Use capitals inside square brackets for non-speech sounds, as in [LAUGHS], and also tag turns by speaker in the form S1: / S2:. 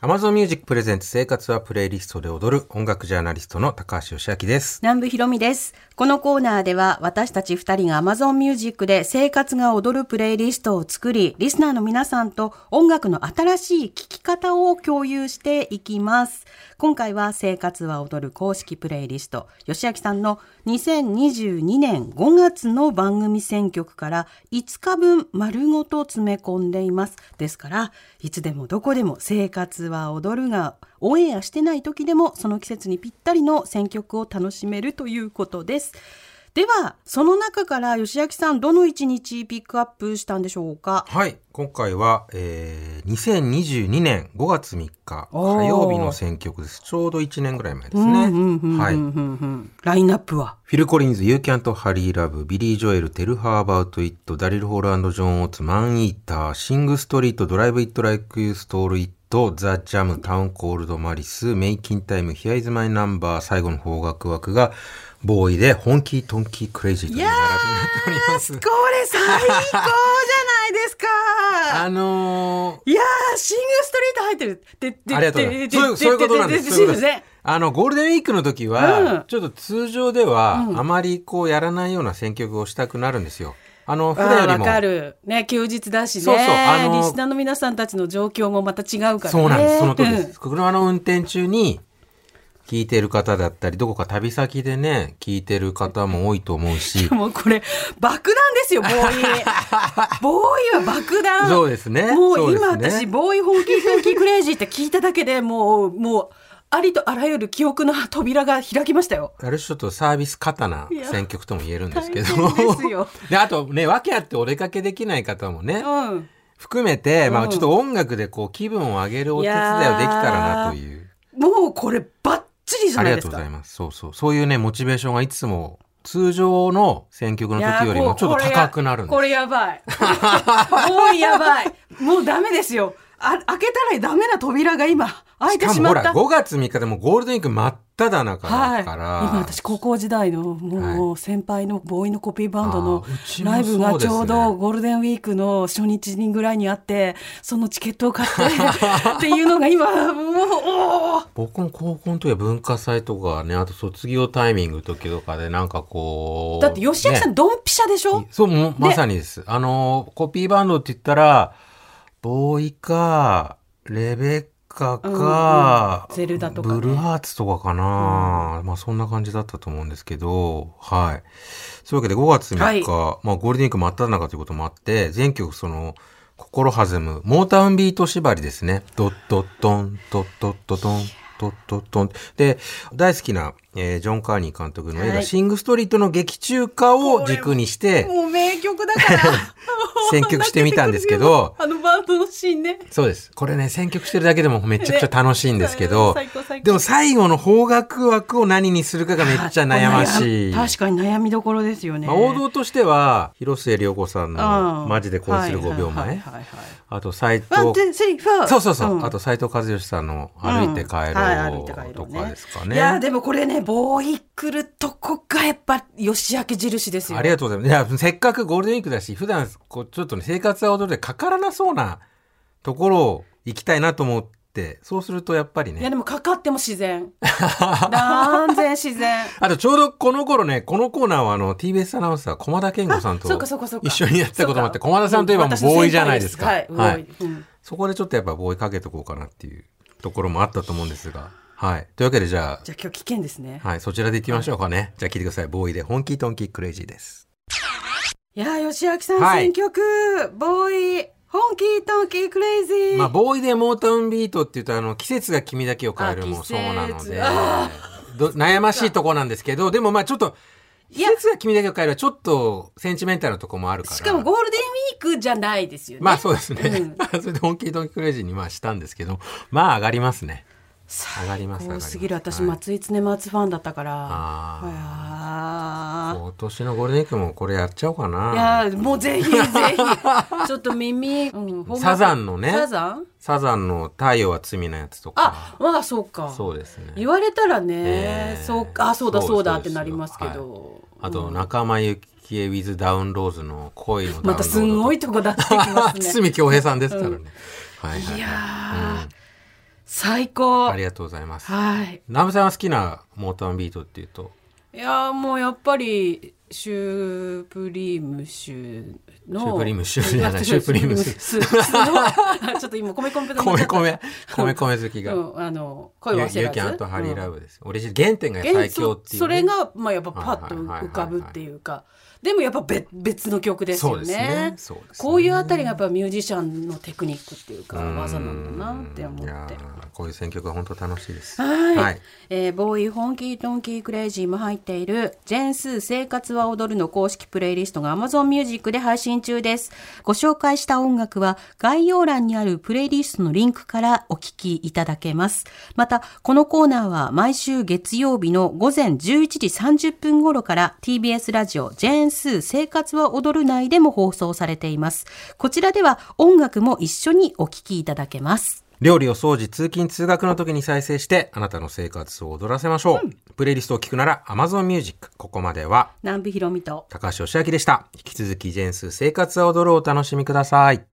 S1: Amazon Music Presents 生活はプレイリストで踊る音楽ジャーナリストの高橋義明です。
S2: 南部ひろみです。このコーナーでは私たち二人が Amazon Music で生活が踊るプレイリストを作り、リスナーの皆さんと音楽の新しい聴き方を共有していきます。今回は生活は踊る公式プレイリスト、吉明さんの2022年5月の番組選曲から5日分丸ごと詰め込んでいます。ですから、いつでもどこでも生活は踊るがオンエアしてない時でもその季節にぴったりの選曲を楽しめるということです。ではその中から吉明さんどの1日ピックアップしたんでしょうか
S1: はい。今回は、えー、2022年5月3日
S2: おー
S1: 火曜日の選曲です。ちょうど1年ぐらい前で
S2: う
S1: す
S2: ん
S1: ね。
S2: うんうんうん
S1: はい。
S2: うんうんラインナップは
S1: フィル・コリンズ、ユーキャント・ハリー・ラブ、ビリー・ジョエル、テル・ハーバート・イット、ダリル・ホールジョン・オーツ、マン・イーター、シング・ストリート、ドライブ・イット・ライク・ユー・ストール・イット、ザ・ジャム、タウン・コールド・マリス、メイキン・タイム、ヒアイズ・マイ・ナンバー、最後の方角枠が、ボーイで、ホンキー・トンキー・クレイジーという並びになっておりま
S2: こ
S1: す
S2: れ。最高じゃないですか
S1: あの
S2: いやーシングストリート入ってるで
S1: ー、ありがとうございます。そういうそういうことなんです。そういうことですあの、ゴールデンウィークの時
S2: うん
S1: は、ちょっと通常では、あまりこうやらないような選曲をしたくなるんですよ。あの、普段より
S2: わ
S1: も。
S2: かるね休日だしね
S1: そうそうあの
S2: リスナーの皆さんたちの状況もまた違うからね
S1: そうなんです。その通りで
S2: うん
S1: す。車の運転中に聞いてる方だったり、どこか旅先でね、聞いてる方も多いと思う
S2: [LAUGHS]
S1: し。
S2: もうこれ爆弾ですよボーイボーイは爆弾
S1: そうですね。
S2: も
S1: そうです
S2: 今
S1: ね
S2: 私ボーイホーキーホーキークレイジーって聞いただけでもうもうありとあらゆる記憶の扉が開きましたよ
S1: ある種ちょっとサービス過多ない
S2: や
S1: 選曲とも言えるんですけど
S2: 大変ですよ。
S1: [LAUGHS] で、あとね、訳あってお出かけできない方もね、
S2: うん
S1: 含めて、ま
S2: う
S1: あ
S2: ん
S1: ちょっと音楽でこう気分を上げるお手伝いをできたらなという。
S2: もうこれバッチリじゃ
S1: あ
S2: な
S1: り
S2: い
S1: が
S2: で
S1: と
S2: す
S1: うご
S2: か
S1: ざいます。そうそう。そういうね、モチベーションがいつも通常の選曲の
S2: いや
S1: 時よりもちょっと高くなるんです
S2: これやばい。 [LAUGHS] もうやばい。もうダメですよ。あ開けたらダメな扉が今開い
S1: してか
S2: し
S1: もほ
S2: まった。
S1: ら5月3日でもうゴールデンウィーク真っ只中
S2: はい。
S1: だから、
S2: 今私高校時代のもう先輩のボーイのコピーバンド
S1: あ
S2: の
S1: ーうちも
S2: ライブ
S1: そ
S2: が
S1: うで
S2: ち
S1: すね
S2: ょうどゴールデンウィークの初日にぐらいにあって、そのチケットを買って
S1: [LAUGHS]
S2: っていうのが今、もう、おー
S1: 僕も高校の時は文化祭とかねあと卒業タイミングの時とかでなんかこう
S2: だって吉明さん
S1: ね
S2: ドンピシャでしょ
S1: そうもうまさにですあのコピーバンドって言ったらボーイかレベッカか、
S2: うんうんゼルダとかね
S1: ブルーハーツとかかな、まあそんな感じだったと思うんですけどはいそういうわけで5月3日、まあ、ゴールデンウィーク真っ只中ということもあって全曲その心弾むモータウンビート縛りですねドッドッドンドッドッドドンドッドッドンで大好きな、えージョン・カーニー監督の映画「
S2: はい
S1: シング・ストリート」の劇中歌を軸にして
S2: もう名曲だから。
S1: [LAUGHS] 選曲してみたんですけど
S2: あのバンドのシーンね。
S1: そうです。これね、選曲してるだけで
S2: [LAUGHS]
S1: もめちゃくちゃ楽しいんですけど、
S2: 最高最高
S1: でも最後の方角枠を何にするかがめっちゃ悩ましい。
S2: 確かに悩みどころですよね。
S1: まあ、王道としては、広末涼子さんの
S2: う、ん
S1: マジで恋する5秒
S2: はい
S1: 前。
S2: はいはいはい
S1: あと、斎藤
S2: ワン、ツー、スリー、フォー。
S1: そうそうそう。
S2: ん
S1: あと、斎藤和義さんの、歩いて帰
S2: うんはい歩いて帰
S1: ろ
S2: ろ
S1: う
S2: う
S1: と
S2: ね
S1: かですか
S2: いやー
S1: ね。
S2: でもこれねボーイ来るとこがやっぱ吉明印ですよ。
S1: ありがとうございます。いや、せっかくゴールデンウィークだし、普段、こう、ちょっとね、生活は踊りでかからなそうなところを行きたいなと思って、そうするとやっぱりね
S2: いや、でもかかっても
S1: [LAUGHS]
S2: 自然。断然自然。
S1: あとちょうどこの頃ね、このコーナーはあの TBS アナウンサー駒田健吾さんと
S2: あそうかそうかそうか
S1: 一緒にやってたこともあって、駒田さんといえばもうボーイじゃないですか。
S2: はい、ボーイ。うん
S1: そこでちょっとやっぱボーイかけとこうかなっていうところもあったと思うんですが。はい。というわけでじゃ
S2: じゃあ今日危険ですね
S1: あ、。はい、そちらでいきましょうかね。じゃあ聞いてください。ボーイで本気トンキークレイジーです。
S2: いやー吉明さん
S1: はい
S2: 選曲、ボーイ本気トンキークレイジー。
S1: まあ、ボーイでモータウンビートって言うと、あの、季節が君だけを変えるも
S2: あ季節
S1: そうなので
S2: あ、
S1: ど悩ましいとこなんですけど、でもまあちょっと、季節が君だけを変えるはちょっとセンチメンタルなとこもあるから。
S2: しかもゴールデンウィークじゃないですよね。
S1: まあそうですね。
S2: うん
S1: [LAUGHS] それで本気ドンキクレイジーにまあしたんですけど、まあ上がりますね。
S2: 最
S1: 上がります上がり
S2: 高
S1: ます
S2: すぎる私、
S1: はい
S2: 松井常松ファンだったからいや
S1: 今年のゴールデンウィークもこれやっちゃおうか
S2: ー
S1: な。
S2: いやーもうぜひぜ
S1: [LAUGHS]
S2: ひちょっと耳、うんほんま
S1: サザンのね
S2: サザン
S1: サザンの太陽は罪なやつとか。
S2: あまあそうか
S1: そうですね。
S2: 言われたら
S1: え
S2: ね、
S1: ー
S2: そうかあそうだ
S1: そう
S2: そうだ
S1: そう
S2: っ
S1: で
S2: て
S1: すよ
S2: なりますけど、
S1: あと仲間由紀恵 with ダウンローズの恋のダウンロードとか。
S2: またすんごいとこ出してきますね
S1: 堤恭平さんですからね。はいはいい
S2: や
S1: はい。
S2: ー、最高
S1: ありがとうございます。
S2: はい
S1: ナムさんが好きなモータウンビートっていうと、
S2: いやーもうやっぱりシュープリームシューの
S1: シュープリームシューじゃない
S2: あ
S1: シュープリーム
S2: シ
S1: ス
S2: ュススの [LAUGHS] ちょっ
S1: [LAUGHS]
S2: と今米米
S1: 米米、米米好きが、
S2: うん、あの
S1: ゆ
S2: 恋は焦
S1: ゆ
S2: らず
S1: うきあんとハリーラ
S2: ブ
S1: ブです。オリジナル、原点が最強っていうね、
S2: それがまあやっぱパッ
S1: はいは
S2: と
S1: いはいはい
S2: 浮かぶっていうかでもやっぱ別別の曲です
S1: そ
S2: よ
S1: う
S2: ね
S1: ですね。そうですね
S2: こういうあたりがやっぱミュージシャンのテクニックっていうか
S1: うん
S2: 技なんだなって思
S1: い
S2: っ
S1: や
S2: て。
S1: ーこういう選曲は本当楽しいです。
S2: はい、
S1: はい
S2: えーボーイ、ホンキートンキークレイジーも入っている、ジェンスー生活は踊るの公式プレイリストが Amazon Music で配信中です。ご紹介した音楽は概要欄にあるプレイリストのリンクからお聞きいただけます。また、このコーナーは毎週月曜日の午前11時30分頃から TBS ラジオジェーンスー生活は踊る内でも放送されています。こちらでは音楽も一緒にお聞きいただけます。
S1: 料理を掃除、通勤、通学の時に再生して、あなたの生活を踊らせましょう。プレイリストを聞くなら Amazon Music。ここまでは、
S2: 南部ひろみと
S1: 高橋義明でした。引き続き、ジェンス生活は踊るをお楽しみください。